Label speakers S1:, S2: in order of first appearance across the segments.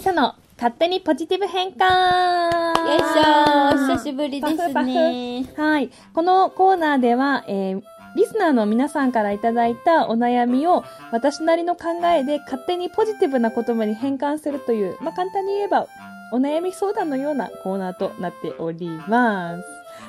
S1: スの勝手にポジティブ変換
S2: よいしょーお久しぶりですね
S1: パフパフはい。このコーナーでは、えーリスナーの皆さんからいただいたお悩みを私なりの考えで勝手にポジティブな言葉に変換するという、まあ、簡単に言えばお悩み相談のようなコーナーとなっております。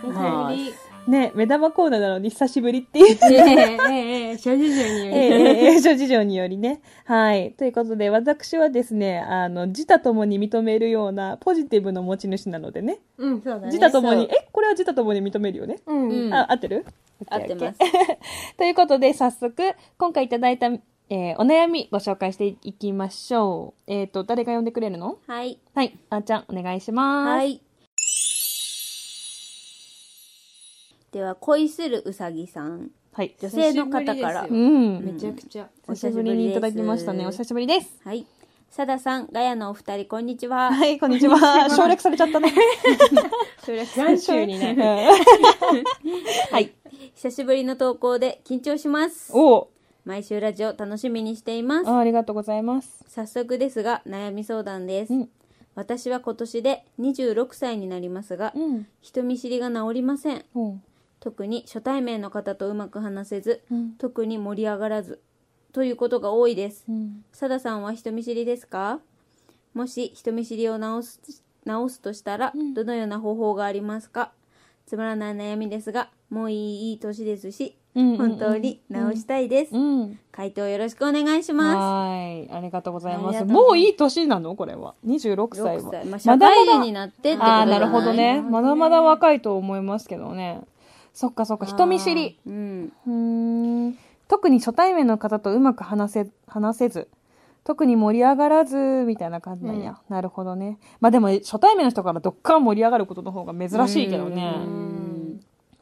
S2: 久し
S1: ね、目玉コーナーなのに久しぶりっていう。
S2: ぶり。ねえ、ええ、諸事情によ
S1: ええええ、諸事情によりね。はい。ということで、私はですね、あの、自他ともに認めるようなポジティブの持ち主なのでね。
S2: うん、そうだね。
S1: 自他ともに、
S2: そう。
S1: え、これは自他ともに認めるよね。
S2: うん、
S3: うん
S1: あ、合ってる
S3: 合ってます。
S1: ということで、早速、今回いただいた、えーお悩みご紹介していきましょう。えっ、と、誰が呼んでくれるの
S2: はい。
S1: はい。あーちゃん、お願いします。
S2: は。い。では、恋するうさぎさん。
S1: はい。
S2: 女性の方から
S1: う。
S3: め
S1: ん。
S3: ちゃくちゃ。
S1: お久しぶりにいただきましたね。お久しぶりです。
S2: はい。さださん、ガヤのお二人、こんにちは。
S1: はい、こんにちは。 省略されちゃったね。
S3: それは残暑になる。
S1: はい。
S2: 久しぶりの投稿で緊張します。
S1: お
S2: 毎週ラジオ楽しみにしています。
S1: あありがとうございます。
S2: 早速ですが、悩み相談です。
S1: うん
S2: 私は今年で26歳になりますが、
S1: うん。
S2: 人見知りが治りません。
S1: うん。
S2: 特に初対面の方とうまく話せず、
S1: うん
S2: 特に盛り上がらず、ということが多いです
S1: う。ん。
S2: さださんは人見知りですかもし人見知りを直す直すとしたら、
S1: うん
S2: どのような方法がありますかつまらない悩みですが、もういいいい年ですし、
S1: うん
S2: 本当に直したいです。
S1: うん。
S2: 回答よろしくお願いしま
S1: はい。ありがとうございま
S2: ありが
S1: す。
S2: とうございます
S1: もういい年なのこれは。26
S2: す。
S1: 歳
S2: 6
S1: は。
S2: 歳。まあ、社会人になってってことじ
S1: あ
S2: ゃ
S1: あ、
S2: ない
S1: なるほどね。まだまだ若いと思いますけどね。そっかそっか、人見知り。。
S2: あーうん。
S1: うーん。特に初対面の方とうまく話せ、話せず。特に盛り上がらず、みたいな感じなんや。なるほどね。まあでも、初対面の人からどっから盛り上がることの方が珍しいけどね。
S2: うん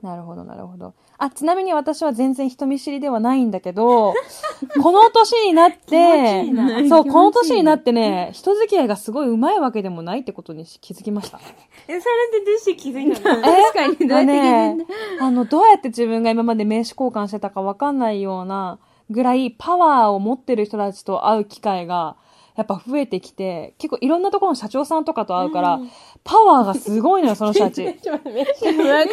S1: なるほど、なるほど。あ、ちなみに私は全然人見知りではないんだけど、 この年になって、そう、この年になってね、人付き合いがすごい上手いわけでもないってことに気づきました。
S3: え、それでどうして気づいたの
S1: 確
S2: かにどうやって気づいた
S1: ね、あの、どうやって自分が今まで名刺交換してたかわかんないようなぐらいパワーを持ってる人たちと会う機会が、やっぱ増えてきて、結構いろんなところの社長さんとかと会うから、パワーがすごいのよ、その人た ち。
S3: ちょっと待って、名刺交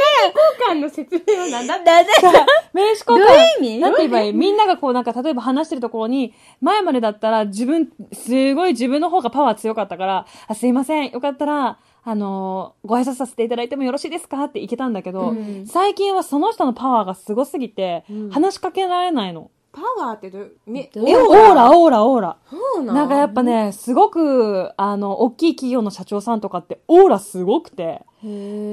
S3: 換の説明は何だっ
S2: だぜ
S1: 名刺交換。
S2: どういう意味
S1: なんて言えばいいみんながこうなんか、例えば話してるところに、前までだったら自分、すごい自分の方がパワー強かったから、あすいません、よかったら、あのーご挨拶させていただいてもよろしいですかっていけたんだけど、
S2: うん
S1: 最近はその人のパワーがすごすぎて、
S3: うん
S1: 話しかけられないの。
S3: パワーってどう、ね、
S2: ど
S1: えオーラ、オーラ、オーラ。
S3: そうなの
S1: なんかやっぱね、すごく、あの、大きい企業の社長さんとかって、オーラすごくて、も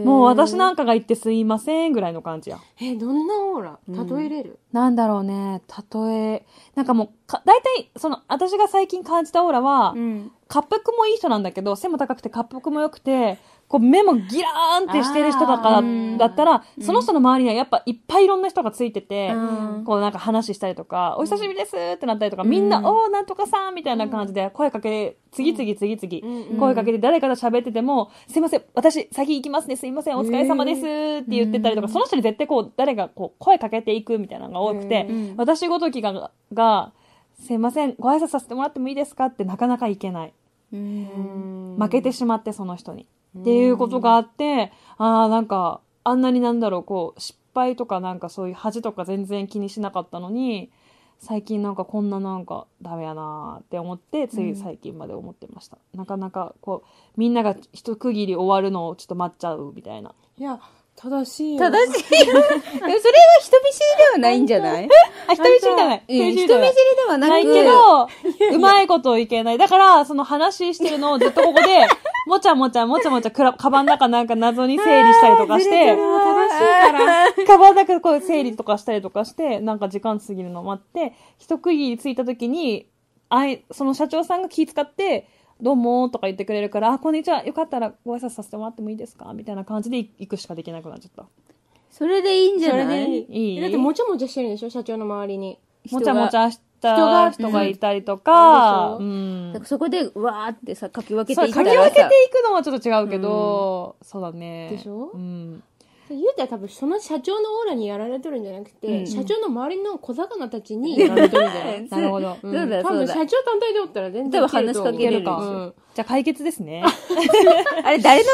S2: も
S1: う私
S2: な
S1: なんかが言ってすいませんぐらいの感じや。
S3: え、どんなオーラ
S2: うん
S3: 例えれる
S1: なんだろうね、例え、なんかもう、か大体、その、私が最近感じたオーラは、
S2: うん。
S1: 滑腹もいい人なんだけど、背も高くて滑腹も良くて、こう目もギラーンってしてる人だ
S2: あ
S1: か
S2: ー
S1: ら、だったら、
S2: うん
S1: その人の周りにはやっぱいっぱいいろんな人がついてて、
S2: うん
S1: こうなんか話したりとか、お久しぶりですってなったりとか、
S2: うん
S1: みんな、おー、なんとかさんみたいな感じで声かけて、次々次々、
S3: うん
S1: 声かけて誰かと喋ってても、すいません、私先行きますね、すいません、お疲れ様ですって言ってたりとか、
S2: うん
S1: その人に絶対こう、誰がこう、声かけていくみたいなのが多くて、
S2: うん
S1: 私ごときが、が、すいません、ご挨拶させてもらってもいいですかってなかなかいけない。
S2: うん
S1: 負けてしまって、その人に。っていうことがあって、ああ、なんか、あんなになんだろう、こう、失敗とかなんかそういう恥とか全然気にしなかったのに、最近なんかこんななんかダメやなーって思って、つい最近まで思ってました。なかなかこう、みんなが一区切り終わるのをちょっと待っちゃうみたいな。
S3: いや、正しいよ。
S2: 正しいよ。でもそれは人見知りではないんじゃ ない
S1: あ、人見知りじゃない。
S2: うん人見知り
S1: じゃ
S2: で
S1: ない
S2: はなく
S1: ないけど、うまいこといけない。だから、その話してるのをずっとここで、もちゃもちゃもちゃもちゃくら、カバンの中なんか謎に整理したりとかして
S2: あーずれて、
S3: もう正しいから。
S1: カバンの中こう整理とかしたりとかして、なんか時間過ぎるのを待って、一区切りついた時に、あい、その社長さんが気遣って、どうもとか言ってくれるから、あ、こんにちは。よかったらご挨拶させてもらってもいいですかみたいな感じで行くしかできなくなっちゃった。
S2: それでいいんじ
S3: そ
S2: ゃ
S3: れ
S2: な
S3: で
S2: い
S1: いい
S3: いい。だってもちゃもちゃしてるんでしょ社長の周りに。
S1: もちゃもちゃした
S3: 人が
S1: 人がいたりとか、
S3: う
S1: うん
S2: だからそこで、わーってさ、かき分けて
S1: そう、
S2: いっ
S1: か
S2: たら
S1: き
S2: さ
S1: 分けていくのはちょっと違うけど、そうだね。
S3: でしょ
S1: うん。
S3: ゆうたは多分その社長のオーラにやられとるんじゃなくて、
S2: うん
S3: 社長の周りの小魚た ちにやられとるんじゃない、
S1: なるほど。
S2: そ
S3: うん
S2: う
S3: 多
S2: だよそう
S3: 分社
S2: だ
S3: 長
S2: よ
S3: 単体でおったら全然
S2: 多分話しかけれる
S3: いけると思う
S1: うんじゃあ解決ですね。
S2: あれ、誰の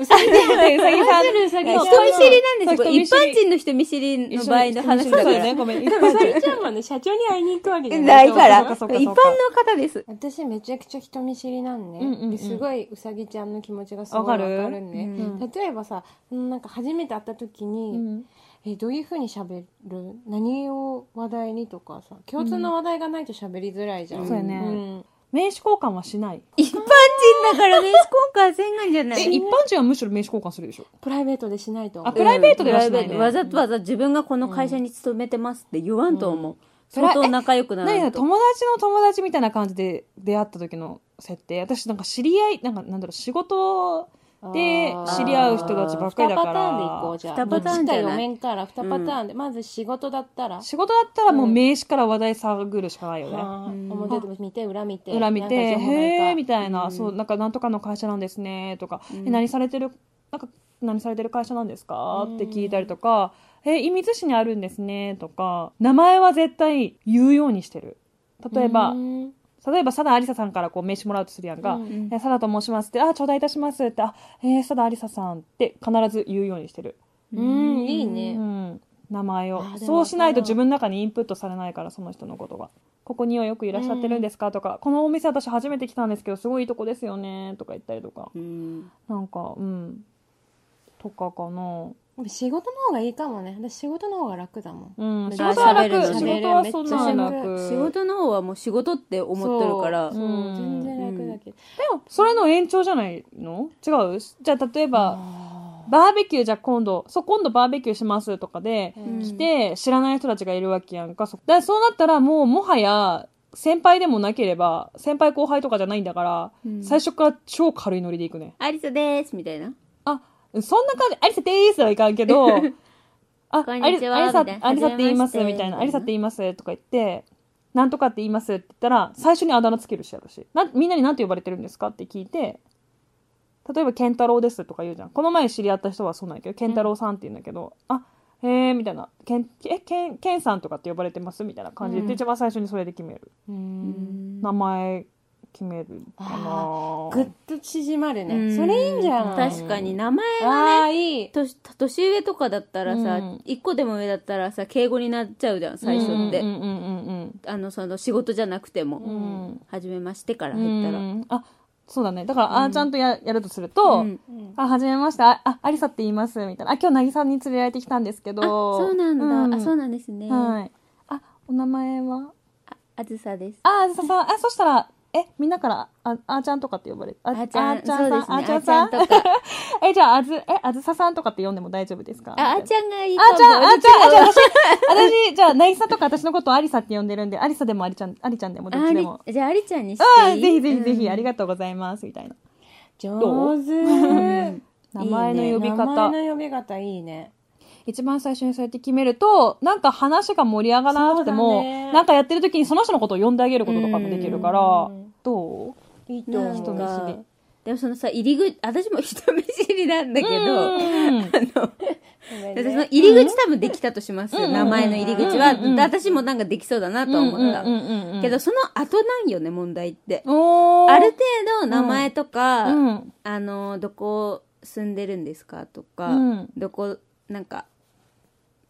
S1: うさぎさ ん、うさぎさん。
S3: うさ
S2: 人見知
S3: ぎちゃん
S2: りなんですよ。
S1: そう
S2: これ
S1: 人
S2: 一
S1: 見知り
S2: 般人の人見知りの場合の話だ
S1: そ
S2: か
S1: うよね、
S2: ら。
S1: ごめん。
S3: うさぎちゃんはね、社長に会いに行くわけじゃな。
S2: ないいから、一
S1: そうかそうか
S2: 般の方です。
S3: 私めちゃくちゃ人見知りなんね、
S1: うんうんうん
S3: ですごいうさぎちゃんの気持ちがすごい
S1: わ
S3: わ
S1: か
S3: か
S1: る
S3: るんね、
S2: うん
S3: 例えばさなんか初めて会った時
S1: う
S3: に、
S1: ん
S3: えどういうふうに喋る何を話題にとかさ共通の話題がないと喋りづらいじゃん、
S2: うん
S1: そうやね
S3: ん
S1: 名刺交換はしない。
S2: 一般人だからね、 今回せんがんじゃな
S1: え、
S2: い。
S1: 一般人はむしろ名刺交換するでしょ。
S3: プライベートでしないと
S1: あプライベートではしないね
S2: うんプライベートわざわざ自分がこの会社に勤めてますって言わんと思う。
S1: プラ
S2: 相当仲良くな
S1: 何
S2: る
S1: だ、
S2: と。
S1: 友達の友達みたいな感じで出会った時の設定。私なんか知り合い、なんかなんだろう、仕事で知り合う人たちばっかりだ
S3: 2
S1: か
S3: パタ
S1: ら。
S3: ーンで行こうじゃあ
S2: 二パターンじゃない
S3: どっちか4面から2パターンで、まず仕事だったら、
S1: 仕事だったらもう名刺から話題探るしかないよね。
S3: あー
S2: うん
S3: 表見て裏見て
S1: 裏見て、
S3: なんか情報ないか
S1: へえみたいな、
S2: うん
S1: そう、なんかなんとかの会社なんですね、とか、
S2: うん
S1: え何されてる、なんか、何されてる会社なんですか
S3: うん
S1: って聞いたりとか、え、射水市にあるんですね、とか、名前は絶対言うようにしてる。例えば
S3: う、ん
S1: 例えば、佐田ありささんからこう名刺もらうとするやんが、
S3: うん
S1: え佐田と申しますって、あ、頂戴いたしますって、あ、えー、佐田ありささんって必ず言うようにしてる。
S3: うんいいうね
S1: ん。名前を
S3: あ。でも
S1: そうしないと自分の中にインプットされないから、その人のことが。ここにはよくいらっしゃってるんですかとか、このお店私初めて来たんですけど、すごいいいとこですよねとか言ったりとか。
S2: うん
S1: なんか、うん。とかかな。
S3: 仕事の方がいいかもね私仕事の方が楽だもん
S1: うん。
S3: だ
S1: 仕
S2: から
S1: 事は楽
S2: 喋。るの
S1: 仕事はそんな
S3: めっちゃ喋
S1: 楽。
S2: 仕事の方はもう仕事って思ってるから
S3: そう、
S1: うん
S3: 全然楽だけど、
S1: でも、それの延長じゃないの違うじゃあ、例えば、
S3: あ
S1: バーベキューじゃあ今度、そう、今度バーベキューしますとかで、
S3: ーうん
S1: 来て知らない人たちがいるわけやんか。そだからそうなったらもうもはや先輩でもなければ、先輩後輩とかじゃないんだから、
S2: うん
S1: 最初から超軽いノリでいくね。
S2: アリサですみたいな。
S1: あ、そんな感じ、ありさでーすではいかんけ ど、あ、
S2: こんにちは
S1: あり
S2: み
S1: さ
S2: たい、な
S1: ありさって言います
S2: はじめまして
S1: みたいな、ありさって言いますとか言って、なんとかって言いますって言ったら、最初にあだ名つけるしやるし、なみんなに何て呼ばれてるんですかって聞いて、例えば、ケンタロウですとか言うじゃん。この前知り合った人はそうなんやけど、ケンタロウさんって言うんだけど、あ、へえ、みたいな、ケン、え、ケン、ケンさんとかって呼ばれてますみたいな感じで言って、
S3: うん
S1: 一番最初にそれで決める。
S3: うん
S1: 名前決めるかな
S3: ぐっと縮まるね、
S2: うん
S3: それいいんじゃん
S2: 確かに名前
S3: ああいい
S2: 年年上とかだったら
S1: う
S2: さ、
S1: ん
S2: 一個でも上だったらさ敬語になっちゃうじゃん最初って、
S1: うんうんうんうん
S2: あのその仕事じゃなくても、
S1: うん。うん
S2: 初めましてから入ったら、
S1: うんあそうだねだから、あーちゃんとややるとすると、
S2: うん
S3: うん
S1: あはじめましてああありさって言いますみたいなあ今日なぎさんに連れられてきたんですけど
S2: あそうなんだ、あそう
S1: う
S2: なんですね、
S1: はいあお名前は
S2: ああずさです
S1: ああずささんあそしたらえみんなからああーちゃんとかって呼ばれるあ
S2: あーちゃん
S1: あーちゃんさん
S2: そう
S1: あー
S2: で
S1: ち
S2: す
S1: ゃん
S2: ね
S1: さん
S2: あーちゃんと
S1: えじゃああずえあずささんとかって呼んでも大丈夫ですか
S2: ああーち
S1: ゃん
S2: ゃんがいいと
S1: あー
S2: 思う
S1: ちゃん、あーちゃん、あーちゃん、私、私、じゃあ、なぎさとか私のことをありさって呼んでるんで、ありさでもありちゃん、ありちゃんでもどっちでも。
S2: ありじゃあありちゃんにし
S1: あ
S2: て
S1: あ、
S2: いい
S1: ぜひぜひぜひ、あり
S2: が
S1: がとうございます、みたいな。
S3: 上手
S1: 名前の呼び
S3: 名
S1: 方。
S3: 前の呼び方いいね
S1: 一番最初にそうやって決めると、なんか話が盛り上がらなくて
S3: そ
S1: も、
S3: うだね
S1: なんかやってる時にその人のことを呼んであげることとかもできるから
S3: うん、
S1: どう
S3: いいと
S2: な
S3: 思うん
S1: 人見知
S2: か
S1: り
S2: でもそのさ入り口私も人見知りなんだけど、
S1: うん
S3: ごめん
S2: で
S3: ね
S2: その入り口多分できたとしますよ、
S1: うん
S2: 名前の入り口は、
S1: うんうん
S2: で私もなんかできそうだなとは思った、
S1: うんうんうんうん
S2: けど、その後なんよね問題って、
S1: おー
S2: ある程度名前とか、
S1: うん
S2: あのどこ住んでるんですかとか、
S1: うん
S2: どこなんか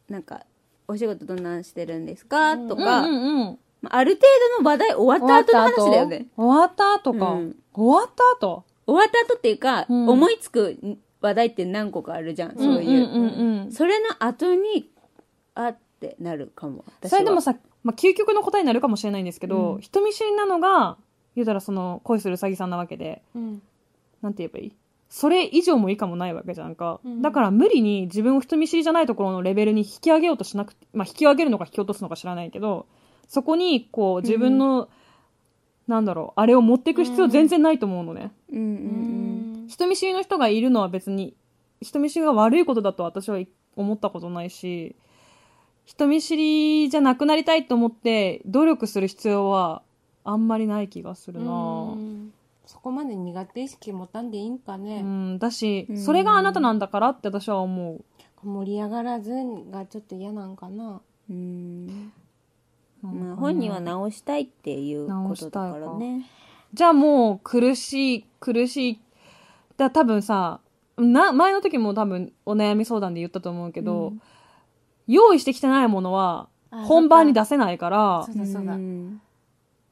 S2: なんかお仕事どんなんしてるんですかと
S1: うん
S2: か、
S1: うんうん
S2: まあある程度の話題終わった後の話だよね
S1: 終わった後終わった
S2: う
S1: 後か
S2: ん。
S1: 終わった後
S2: 終わった後っていうか、
S1: うん
S2: 思いつく話題って何個かあるじゃん、そういう,、
S1: んうんうん
S2: それの後にあってなるかも私は
S1: それでもさ、まあ、究極の答えになるかもしれないんですけど、
S2: うん
S1: 人見知りなのが、言うたらその、恋するうさぎさんなわけで、
S3: うん
S1: なんて言えばいいそれ以上も以下もないわけじゃんか。
S3: うん
S1: だから無理に自分を人見知りじゃないところのレベルに引き上げようとしなくて、まあ引き上げるのか引き落とすのか知らないけど、そこにこう自分の、なんだろう、あれを持っていく必要全然ないと思うのね。
S2: うんうんうん
S1: 人見知りの人がいるのは別に、人見知りが悪いことだと私は思ったことないし、人見知りじゃなくなりたいと思って努力する必要はあんまりない気がするなぁ
S3: うんそこまで苦手意識持たんでいいんか
S1: う
S3: ね
S1: ん、だし
S2: う、ん
S1: それがあなたなんだからって私は思う。
S3: 盛り上がらずがちょっと嫌なんかな
S2: うん、
S1: なんか
S2: ま
S1: ね
S2: あ、本人は直したいっていうことだか
S1: 直
S2: ら
S1: した
S2: ね
S1: じゃあもう苦しい、苦しい。だ多分さ、な、前の時も多分お悩み相談で言ったと思うけど、
S2: うん
S1: 用意してきてないものは本番に出せないから、
S3: そうだそうだ
S2: ん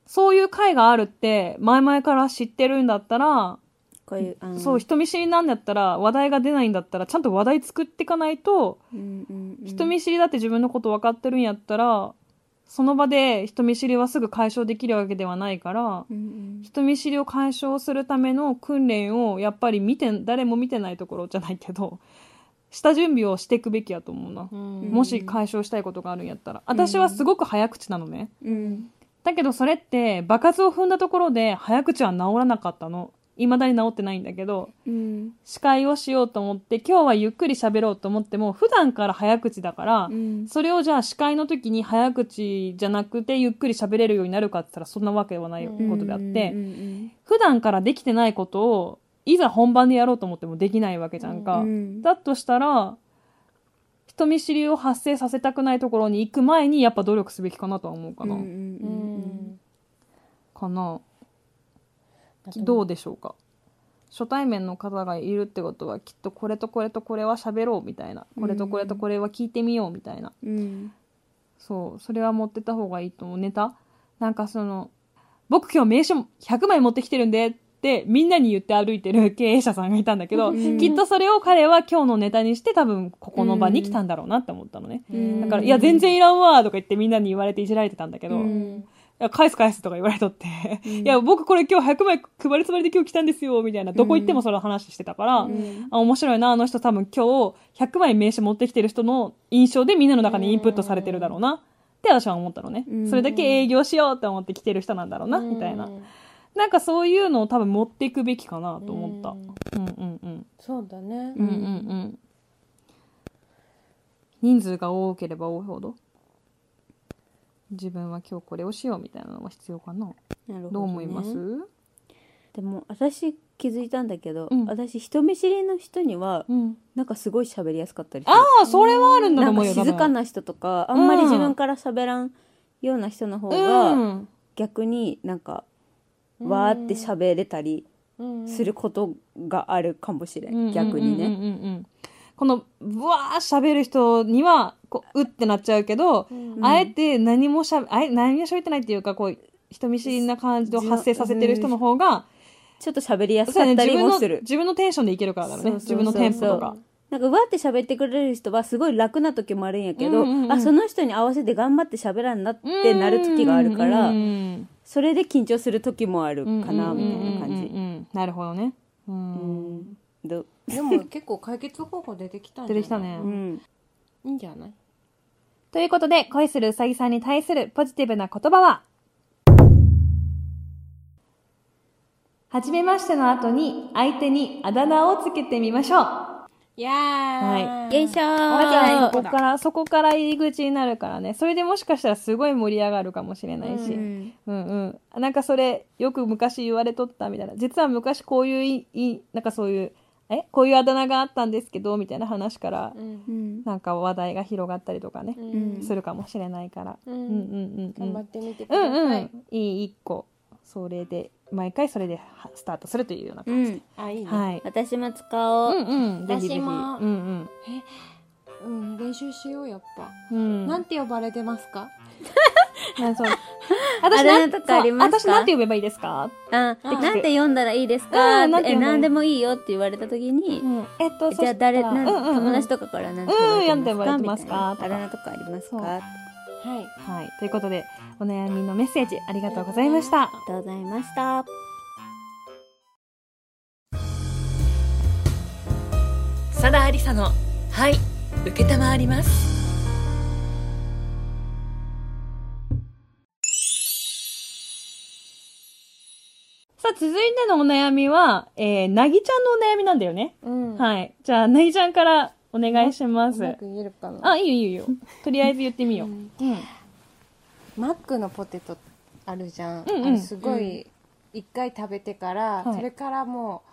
S1: そういう回があるって前々から知ってるんだったら、
S2: こういうあの
S1: そう、人見知りなんだったら、話題が出ないんだったら、ちゃんと話題作っていかないと、
S2: うんうんうん
S1: 人見知りだって自分のこと分かってるんやったら、その場で人見知りはすぐ解消できるわけではないから、
S2: うんうん
S1: 人見知りを解消するための訓練をやっぱり見て誰も見てないところじゃないけど下準備をしていくべきやと思うな、
S3: うん
S1: もし解消したいことがあるんやったら私はすごく早口なのね、
S2: うん
S1: だけどそれって爆発を踏んだところで早口は治らなかったの未だに治ってないんだけど
S2: うん
S1: 司会をしようと思って今日はゆっくり喋ろうと思っても普段から早口だから、
S2: うん
S1: それをじゃあ司会の時に早口じゃなくてゆっくり喋れるようになるかって言ったらそんなわけはないことであって、
S2: うん
S1: 普段からできてないことをいざ本番でやろうと思ってもできないわけじゃん
S2: う
S1: か、
S2: んうん
S1: だとしたら人見知りを発生させたくないところに行く前にやっぱ努力すべきかなとは思うかな、
S2: うん
S3: う
S2: うん
S3: ん
S1: かな
S3: だと
S1: どうでしょうか初対面の方がいるってことはきっとこれとこれとこれは喋ろうみたいなこれとこれとこれは聞いてみようみたいな、
S2: うんうん
S1: そうそれは持ってた方がいいと思うネタなんかその僕今日名刺100枚持ってきてるんでってみんなに言って歩いてる経 営者さんがいたんだけど、
S2: うん
S1: きっとそれを彼は今日のネタにして多分ここの場に来たんだろうなって思ったのね、
S2: うん
S1: だから「いや全然いらんわ」とか言ってみんなに言われていじられてたんだけど「
S2: う
S1: い
S2: ん
S1: や返す返す」とか言われとって「
S2: ん
S1: いや僕これ今日100枚配りつもりで今日来たんですよ」みたいなどこ行ってもその話してたから、
S2: うん
S1: あ面白いなあの人多分今日100枚名刺持ってきてる人の印象でみんなの中にインプットされてるだろうなって私は思ったのね、
S2: うん
S1: それだけ営業しようと思って来てる人なんだろうな、みたいな
S3: うん
S1: なんかそういうのを多分持っていくべきかなと思った、
S3: う
S1: う
S3: ん
S1: ん、うんうん
S3: そうだね
S1: うんうんうん人数が多ければ多いほど自分は今日これをしようみたいなのが必要かな
S2: なるほね
S1: どう思います、
S2: でも私気づいたんだけど、
S1: うん
S2: 私人見知りの人には
S1: うん、
S2: なんかすごい喋りやすかったりする
S1: ああそれはあるんだと
S2: なん
S1: 思う
S2: か
S1: よ
S2: 静
S1: な
S2: かな人とかあ
S1: うん
S2: んまり自分から喋らんような人の方
S1: う
S2: が
S1: ん
S2: 逆になんかわーって喋れたりすることがあるかもしれん逆に
S1: うんうん
S2: ね。
S1: うんうんうんこのぶわー喋る人にはこううってなっちゃうけど、
S3: うん
S1: あえて何もしゃべあえ何も喋ってないっていうかこう人見知りな感じを発生させてる人の方が、
S2: ちょっと喋りやす
S1: そう
S2: か
S1: やね
S2: った
S1: 自
S2: り
S1: 分
S2: も
S1: の
S2: する。
S1: 自分のテンションでいけるからだろうね
S2: そうそうそう
S1: 自分のテンポとか
S2: なんかわーって喋ってくれる人はすごい楽な時もあるんやけど、
S1: うんうんうん
S2: あその人に合わせて頑張って喋らんなってなる時があるから、
S1: うん
S2: それで緊張する時もある
S1: うんうん
S2: かなみたいな
S1: うんうんうん
S2: 感
S1: うんなるほどねう
S2: じ。
S1: ん、
S2: ど
S3: でも結構解決方法出てきたんじゃな
S1: 出
S3: い
S1: てきたね
S2: うん
S3: いいんじゃない
S1: ということで恋するうさぎさんに対するポジティブな言葉ははじめましての後に相手にあだ名をつけてみましょう。
S3: いやー
S2: よいしょ
S1: だからそこ
S2: ー
S1: から、そこから入り口になるからね。それでもしかしたらすごい盛り上がるかもしれないし。
S3: う
S1: うんうん。なんかそれ、よく昔言われとったみたいな。実は昔こういうい、いなんかそういう、えこういうあだ名があったんですけど、みたいな話から
S3: う、ん
S2: うん
S1: なんか話題が広がったりとかね
S3: う、
S2: うん
S3: ん
S1: するかもしれないから。
S3: う
S1: うんんうんうんう
S3: 頑
S1: ん
S3: 張。ってみてく
S1: う
S3: ださ
S1: ん
S3: い、
S1: うん。いい一個。それで、毎回それではスタートするというような
S2: う
S1: 感じ。
S2: ん、
S3: あいいね、
S1: はい。
S2: 私も使お
S1: う
S2: う、
S1: んうん。ぜひぜひ。う
S3: 私
S1: ん
S3: も
S1: うん。
S3: うん、練習しようやっぱ、
S1: うん。
S3: なんて呼ばれてますか
S1: あそう
S2: あ
S1: 私
S2: だ
S1: な
S2: 名とかありますか
S1: そう私なんて呼べばいいですか、
S2: あ
S3: うん
S2: なんて読んだらいいですか、
S1: うんな
S2: な
S1: んんて読んだらい
S2: え
S1: い
S2: 何でもいいよって言われた時に、
S1: えっと
S2: じゃあ誰、なん
S1: うんうん、
S2: 友達
S1: と
S2: とかから何
S1: うん
S2: て呼ばれてますか
S1: うん呼んでもらってますかとか
S2: みたいなあだ名とかあります
S1: そう
S2: かあ
S3: はい
S1: はいということでお悩みのメッセージありがとうございました
S2: りがとうございました
S4: サダありさのはい受けたまわります
S1: さあ続いてのお悩みはえー、なぎちゃんのお悩みなんだよね、
S3: うん
S1: はいじゃあなぎちゃんからお願いしま
S3: う
S1: す
S3: まく言えるかな
S1: あいいよいいよいいよとりあえず言ってみよう、
S3: うん
S1: うん、
S3: マックのポテトあるじゃん、
S1: うんうん
S3: あれすごい一回食べてから、
S1: はい
S3: それからもう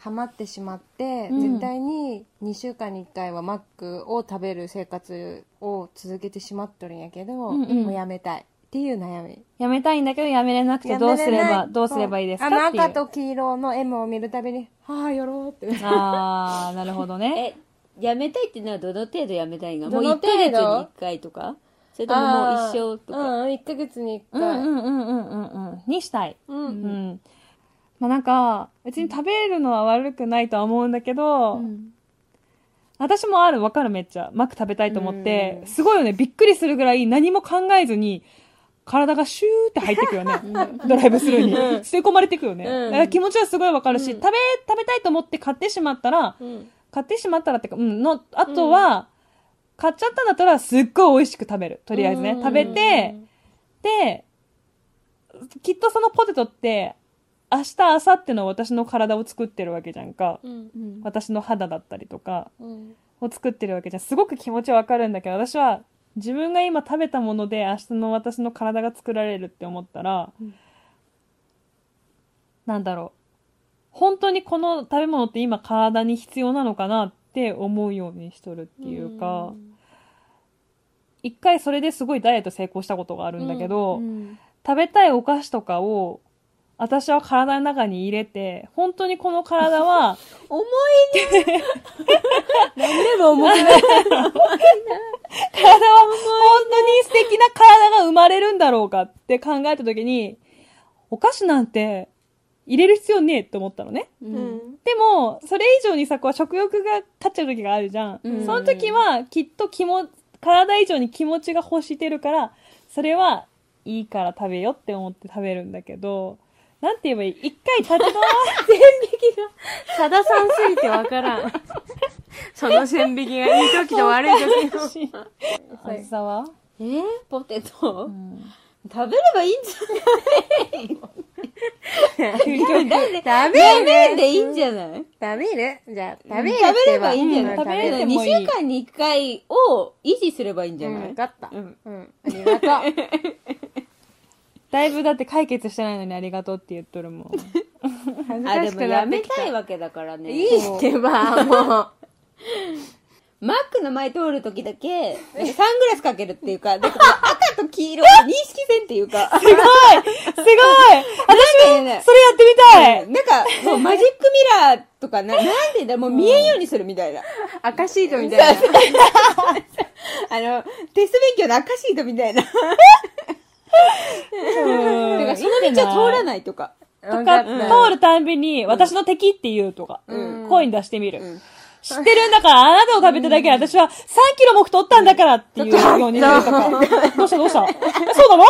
S3: ハマってしまって、
S1: うん
S3: 絶対に2週間に1回はマックを食べる生活を続けてしまっとるんやけど、
S1: うんうん
S3: もうやめたいっていう悩み
S1: やめたいんだけどやめれなくてどうすれ
S3: やめな
S1: ば、
S3: い
S1: どうすればいいですか
S3: そうあ
S1: ってい
S3: の赤
S1: う。
S3: と黄色の M を見るたびにああやろうって
S1: あー、なるほど ね。
S2: えやめたいっていうのはどの程度やめたいがも
S3: ど
S2: う
S3: の
S2: 1
S3: 程
S2: ヶ
S3: 度
S2: 月に1回とかそれとももう
S3: あー
S2: 一生とか、
S3: うん1ヶ月に
S1: うん
S3: 1
S1: うん
S3: 回、
S1: うんうんうんうん。にしたい。
S3: うん
S1: うん。まあなんか、別に食べるのは悪くないとは思うんだけど、私もある、わかるめっちゃ。マック食べたいと思って、
S2: うん
S1: すごいよね、びっくりするぐらい何も考えずに、体がシューって入ってく よね。ドライブスルーに。吸い込まれてくよね。
S3: うん
S1: だから気持ちはすごいわかるし、
S3: うん
S1: 食べ、食べたいと思って買ってしまったら、
S3: うん
S1: 買ってしまったらってか、うん、の、あとは、買っちゃったんだったらすっごい美味しく食べる。とりあえずね。
S3: うん
S1: 食べて、で、きっとそのポテトって、明日、明後日の私の体を作ってるわけじゃんか。
S3: うん
S2: うん
S1: 私の肌だったりとか、
S3: うん
S1: を作ってるわけじゃんすごく気持ちはわかるんだけど私は自分が今食べたもので明日の私の体が作られるって思ったら、
S2: うん
S1: なんだろう本当にこの食べ物って今体に必要なのかなって思うようにしとるっていうか、一回それですごいダイエット成功したことがあるんだけど、
S2: うん
S1: 食べたいお菓子とかを私は体の中に入れて本当にこの体は
S2: 重いね何でも重い
S1: 体は本当に素敵な体が生まれるんだろうかって考えた時に、お菓子なんて入れる必要ねえって思ったのね。
S2: う
S3: うん
S2: ん
S1: でも、それ以上にさ、こう食欲が勝っちゃう時があるじゃん。
S2: うん
S1: その時は、きっと気も、体以上に気持ちが欲してるから、それはいいから食べよって思って食べるんだけど、なんて言えばいい一回立ち止ま
S3: さださんすぎてわから んその線引きがいい時と悪い時の
S1: し、あずさは、
S2: えーポテト、
S1: ん
S2: 食べればいいんじ
S1: 究 極
S2: ゃ
S3: 食
S2: ない
S3: べ
S2: 麺
S3: る
S2: でいいんじゃない
S3: 食べるじゃあ食べる
S2: 食べればいいんじゃな
S1: う
S2: い、
S1: ん食べれ
S2: 2
S1: てもいい
S2: 週間に1回を維持すればいいんじゃ
S3: うん
S2: ない、
S3: 分かった
S2: うん
S3: うんあり がとう
S1: だいぶだって解決してないのにありがとうって言っとるもん。
S3: 恥ず
S2: あ、
S3: か
S2: で
S3: し
S2: も
S3: く
S2: や
S3: なっ
S2: め
S3: てきた
S2: たいわけだからね。
S3: いいってばもう
S2: マックの前通るときだけ、なんかサングラスかけるっていうか、だから赤と黄色を認識せんっていうか、
S1: すごいすごい私も、それや
S2: ね
S1: ってみたい
S2: なんか、もうマジックミラーとかな、なんて言うんだろうもう見えんようにするみたいな。
S3: 赤シートみたいな
S2: あの、テスト勉強の赤シートみたいな。だか
S1: うん
S2: らその道は通らないとか。
S1: と
S3: 分
S1: か、
S3: った
S1: 通るたんびに、私の敵って言うとか、声に出してみる、
S2: ん
S1: 知ってるんだから、あなたを食べてるだけで私は3キロも太ったんだからっていうようにするとか。どうしたどうしたえ そうなの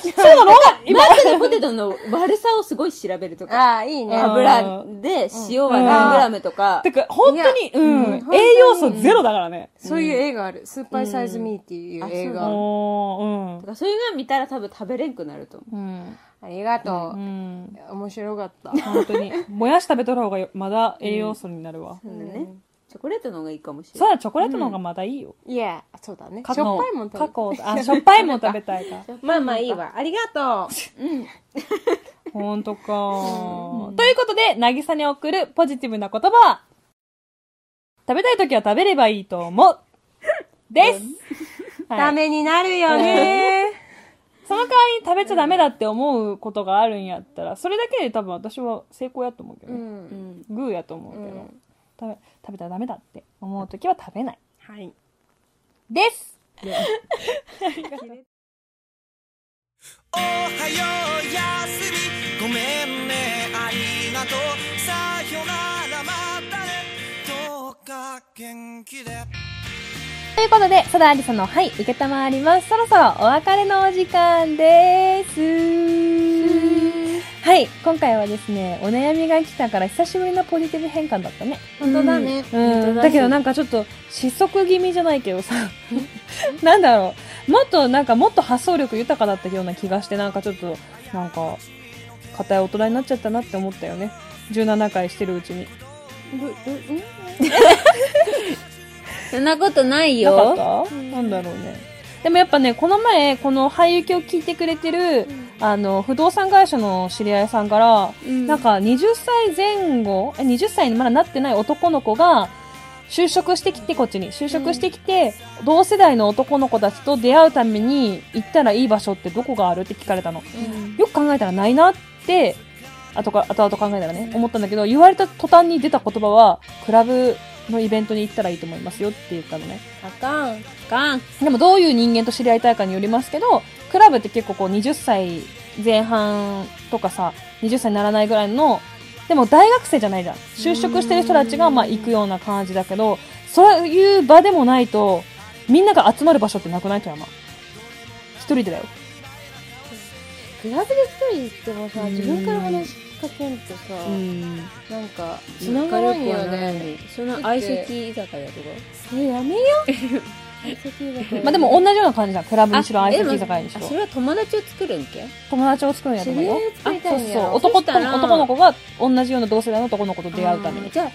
S1: そうなの
S2: マックのポテトの悪さをすごい調べるとか。
S3: ああいいね
S1: あ
S2: 油で塩は何グラムとか
S1: て。か、本当に、
S3: いや
S1: うん、
S3: うん
S1: 栄養素ゼロだからね。
S3: そういう映画あるスーパーサイズミーっていう映
S2: う
S1: う
S2: あ
S3: 画
S2: ん
S1: ん、うん
S2: だ。からそういうの見たら多分食べれんくなると思う。
S1: うん。
S3: ありがと
S1: うん。
S3: う面白かった
S1: 本当に。もやし食べとる方がよまだ栄養素になるわ。
S2: ね。チョコレートの方がいいかもしれ
S1: そ
S2: ない。
S1: らチョコレートの方がまだいいよ。
S3: いやそうだね
S1: カ
S3: し
S1: カ
S3: ょ
S1: オ
S3: っぱいもん
S1: カカ
S3: 食
S1: オあ、しょっぱいもん食べたい か。
S3: べまあまあいいわあり がと
S1: ほんとか、ということで、なぎさに送るポジティブな言葉は、食べたい時は食べればいいと思う。です。
S3: う
S1: は
S3: た
S1: い
S3: めになるよね
S1: その代わりに食べちゃダメだって思うことがあるんやったら、それだけで多分私は成功やと思うけど、
S3: う
S1: ね
S2: うんん。
S1: グーやと思うけど、
S3: うん
S1: 食べ、食べたらダメだって思う時は食べない。
S3: はい
S1: です。
S5: おはようやすみごめんねありがとうさよならまたねどうか元気で
S1: ということで、サダアリサの、はい、受けたまわります。そろそろお別れのお時間です。はい、今回はですね、お悩みが来たから久しぶりのポジティブ変換だったね。
S3: 本当だね
S1: うん、だけどなんかちょっと失速気味じゃないけど さ、なんだろう、もっとなんかもっと発想力豊かだったような気がして、なんかちょっと、なんか、硬い大人になっちゃったなって思ったよね。17回してるうちに。
S2: そんなことない
S1: なか
S2: よ。
S1: ったなんだろうね。でもやっぱね、この前、この俳優教聞いてくれてるあの、不動産会社の知り合いさんから、なんか20歳前後、え20歳にまだなってない男の子が、就職してきて、こっちに。就職してきて、同世代の男の子たちと出会うために行ったらいい場所ってどこがあるって聞かれたの。よく考えたらないなって、後か後々考えたらね、思ったんだけど、言われた途端に出た言葉は、クラブのイベントに行ったらいいと思いますよって言ったのね。
S3: あかん。あかん。
S1: でもどういう人間と知り合いたいかによりますけど、クラブって結構こう20歳前半とかさ、20歳にならないぐらいの、でも大学生じゃないじゃん。就職してる人たちがまあ行くような感じだけど、そういう場でもないと、みんなが集まる場所ってなくない富山。一人でだよ。
S3: クラブで一人行ってもさ、自分から話しかけんとさ、
S2: うん
S3: なんか、
S2: 繋
S3: 繋
S2: が
S3: が
S2: ら
S3: ら
S2: ん
S3: ん
S2: よ
S3: よ
S2: ね
S3: ね。
S2: その相席居酒屋とか
S3: え、やめよ。
S1: まあでも同じような感じじゃん。クラブにしろ、相席居酒屋にし
S2: あ
S1: ろ
S2: そ。れは友達を作るんけ
S1: 友達を作るんやと思うよ。
S3: 知り合いを作りたいん
S1: あそうそ
S3: や
S1: う。男
S2: そしたら
S1: と男の子が同じような同世代の男の子と出会うために。
S2: じゃあ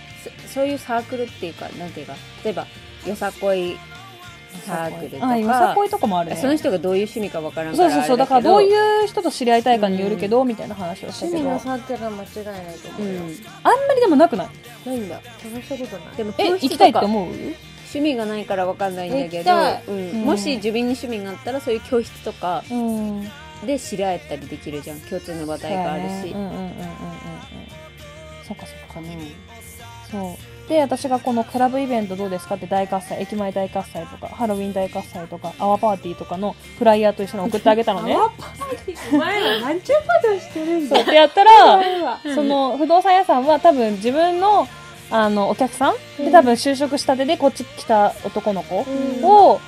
S2: そそういうサークルっていうかなんていうか例えばよさこいサークルとか
S1: あ、よさこいとかもあるね。
S2: その人がどういう趣味かわからんか
S1: そ
S2: ら
S1: うそうそう。だからどう
S2: う、
S1: いう人と知り合いたいかによるけど、みたいな話をしたけど。あ
S3: 趣味の
S1: んま
S3: サークルは間違いないと
S2: う
S3: 思うよ。
S2: ん、
S1: りでもなくない
S3: ないんだ。探したことない。
S2: でも
S1: え、
S2: 教
S1: 行
S2: 室
S1: きたい
S2: と
S1: って
S2: か
S1: 思う
S2: 趣味がないからわかんないんだけ
S3: 行き
S2: ど
S3: たい、
S2: うん
S1: うん
S2: もし自分に趣味があったらそういう教室とか
S1: うん。
S2: で知り合えたりできるじゃん共通の話
S1: そう
S2: 題が
S1: や
S2: ある
S1: ね
S2: し、
S1: うんうんうんうんうんうん。そっかそっか。
S2: う
S1: そう。で、私がこのクラブイベントどうですかって大喝采、駅前大喝采とか、ハロウィン大喝采とか、アワーパーティーとかのフライヤーと一緒に送ってあげたのね。
S3: お前らなんちゅうことしてるん
S1: そう。
S3: だ。
S1: ってやったら、
S3: うわ
S1: その不動産屋さんは多分自分のあのお客さんで多分就職したてでこっち来た男の子を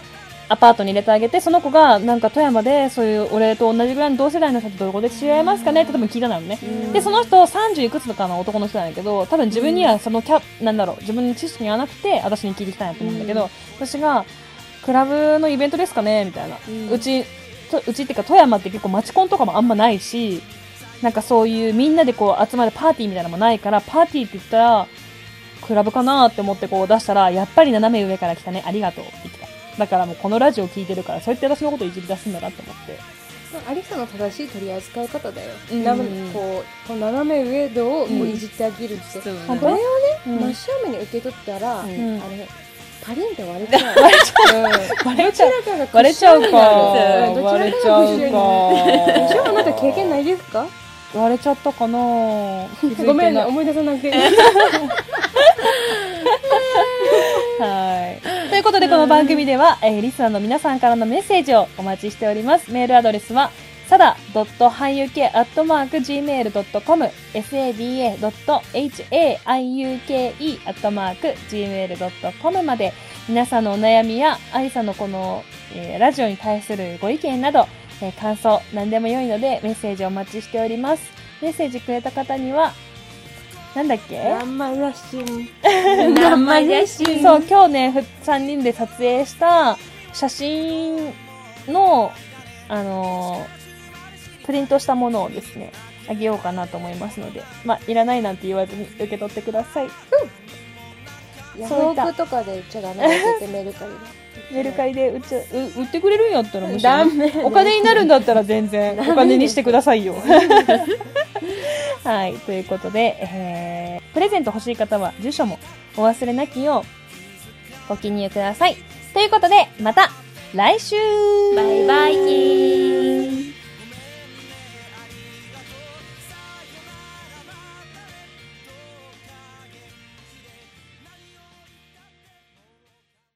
S1: アパートに入れてあげてその子がなんか富山でそういう俺と同じぐらいの同世代の人とどこで知り合いますかねって多分聞いたのよねでその人30いくつかの男の人なんだけど多分自分にはそのキャなんだろう自分の知識に合わなくて私に聞いてきたんやと思うんだけど私がクラブのイベントですかねみたいな、うちとうちっていうか富山って結構街コンとかもあんまないしなんかそういうみんなでこう集まるパーティーみたいなのもないからパーティーって言ったらクラブかなって思ってこう出したらやっぱり斜め上から来たねありがとうって来ただからもうこのラジオ聞いてるからそうやって私のこといじり出すんだなって思って
S3: アリサの正しい取り扱い方だよ。
S1: うん
S3: なこう、こう斜め上どをこ
S1: う
S3: うんいじってあげるって。こ
S1: 本
S3: れ
S1: 当
S3: をね、
S1: うん
S3: 真正面に受け取ったら、あれ
S1: ん、
S3: パリンって割れちゃう。割れちゃう。
S1: 割れちゃう
S3: どちらかが
S1: 割れちゃうか
S3: うんどち
S1: 割
S3: ら
S1: れ
S3: か
S1: ち
S3: が
S1: ゃ
S3: 不自由に
S1: う
S3: なる。一応
S1: か
S3: あなた経験ないですか
S1: 割れちゃったかな 気づいてない
S3: ごめんね、思い出さな くて。
S1: はい。ということで、この番組では、えーリスナーの皆さんからのメッセージをお待ちしております。メールアドレスは、さだ .hayuke.gmail.com、sada.hayuke.gmail.com まで、皆さんのお悩みや、ありさのこの、えーラジオに対するご意見など、えー感想、何でも良いので、メッセージをお待ちしております。メッセージくれた方には、なんだっけ
S3: 生らしい。生らしい。
S1: そう、今日ね、3人で撮影した写真の、あのープリントしたものをですね、あげようかなと思いますので、まあ、いらないなんて言わずに受け取ってください。
S3: ヤフ
S1: そうい
S3: オ
S1: った
S3: クとかで言っちゃダメだってメルカリで。
S1: メルカリで売っちゃう売ってくれるんやったらむしろ
S3: ダメ
S1: お金になるんだったら全 然お金にしてくださいよ。 はい、ということで、えープレゼント欲しい方は住所もお忘れなきようご記入ください。ということで、また来週
S3: バイバイキー。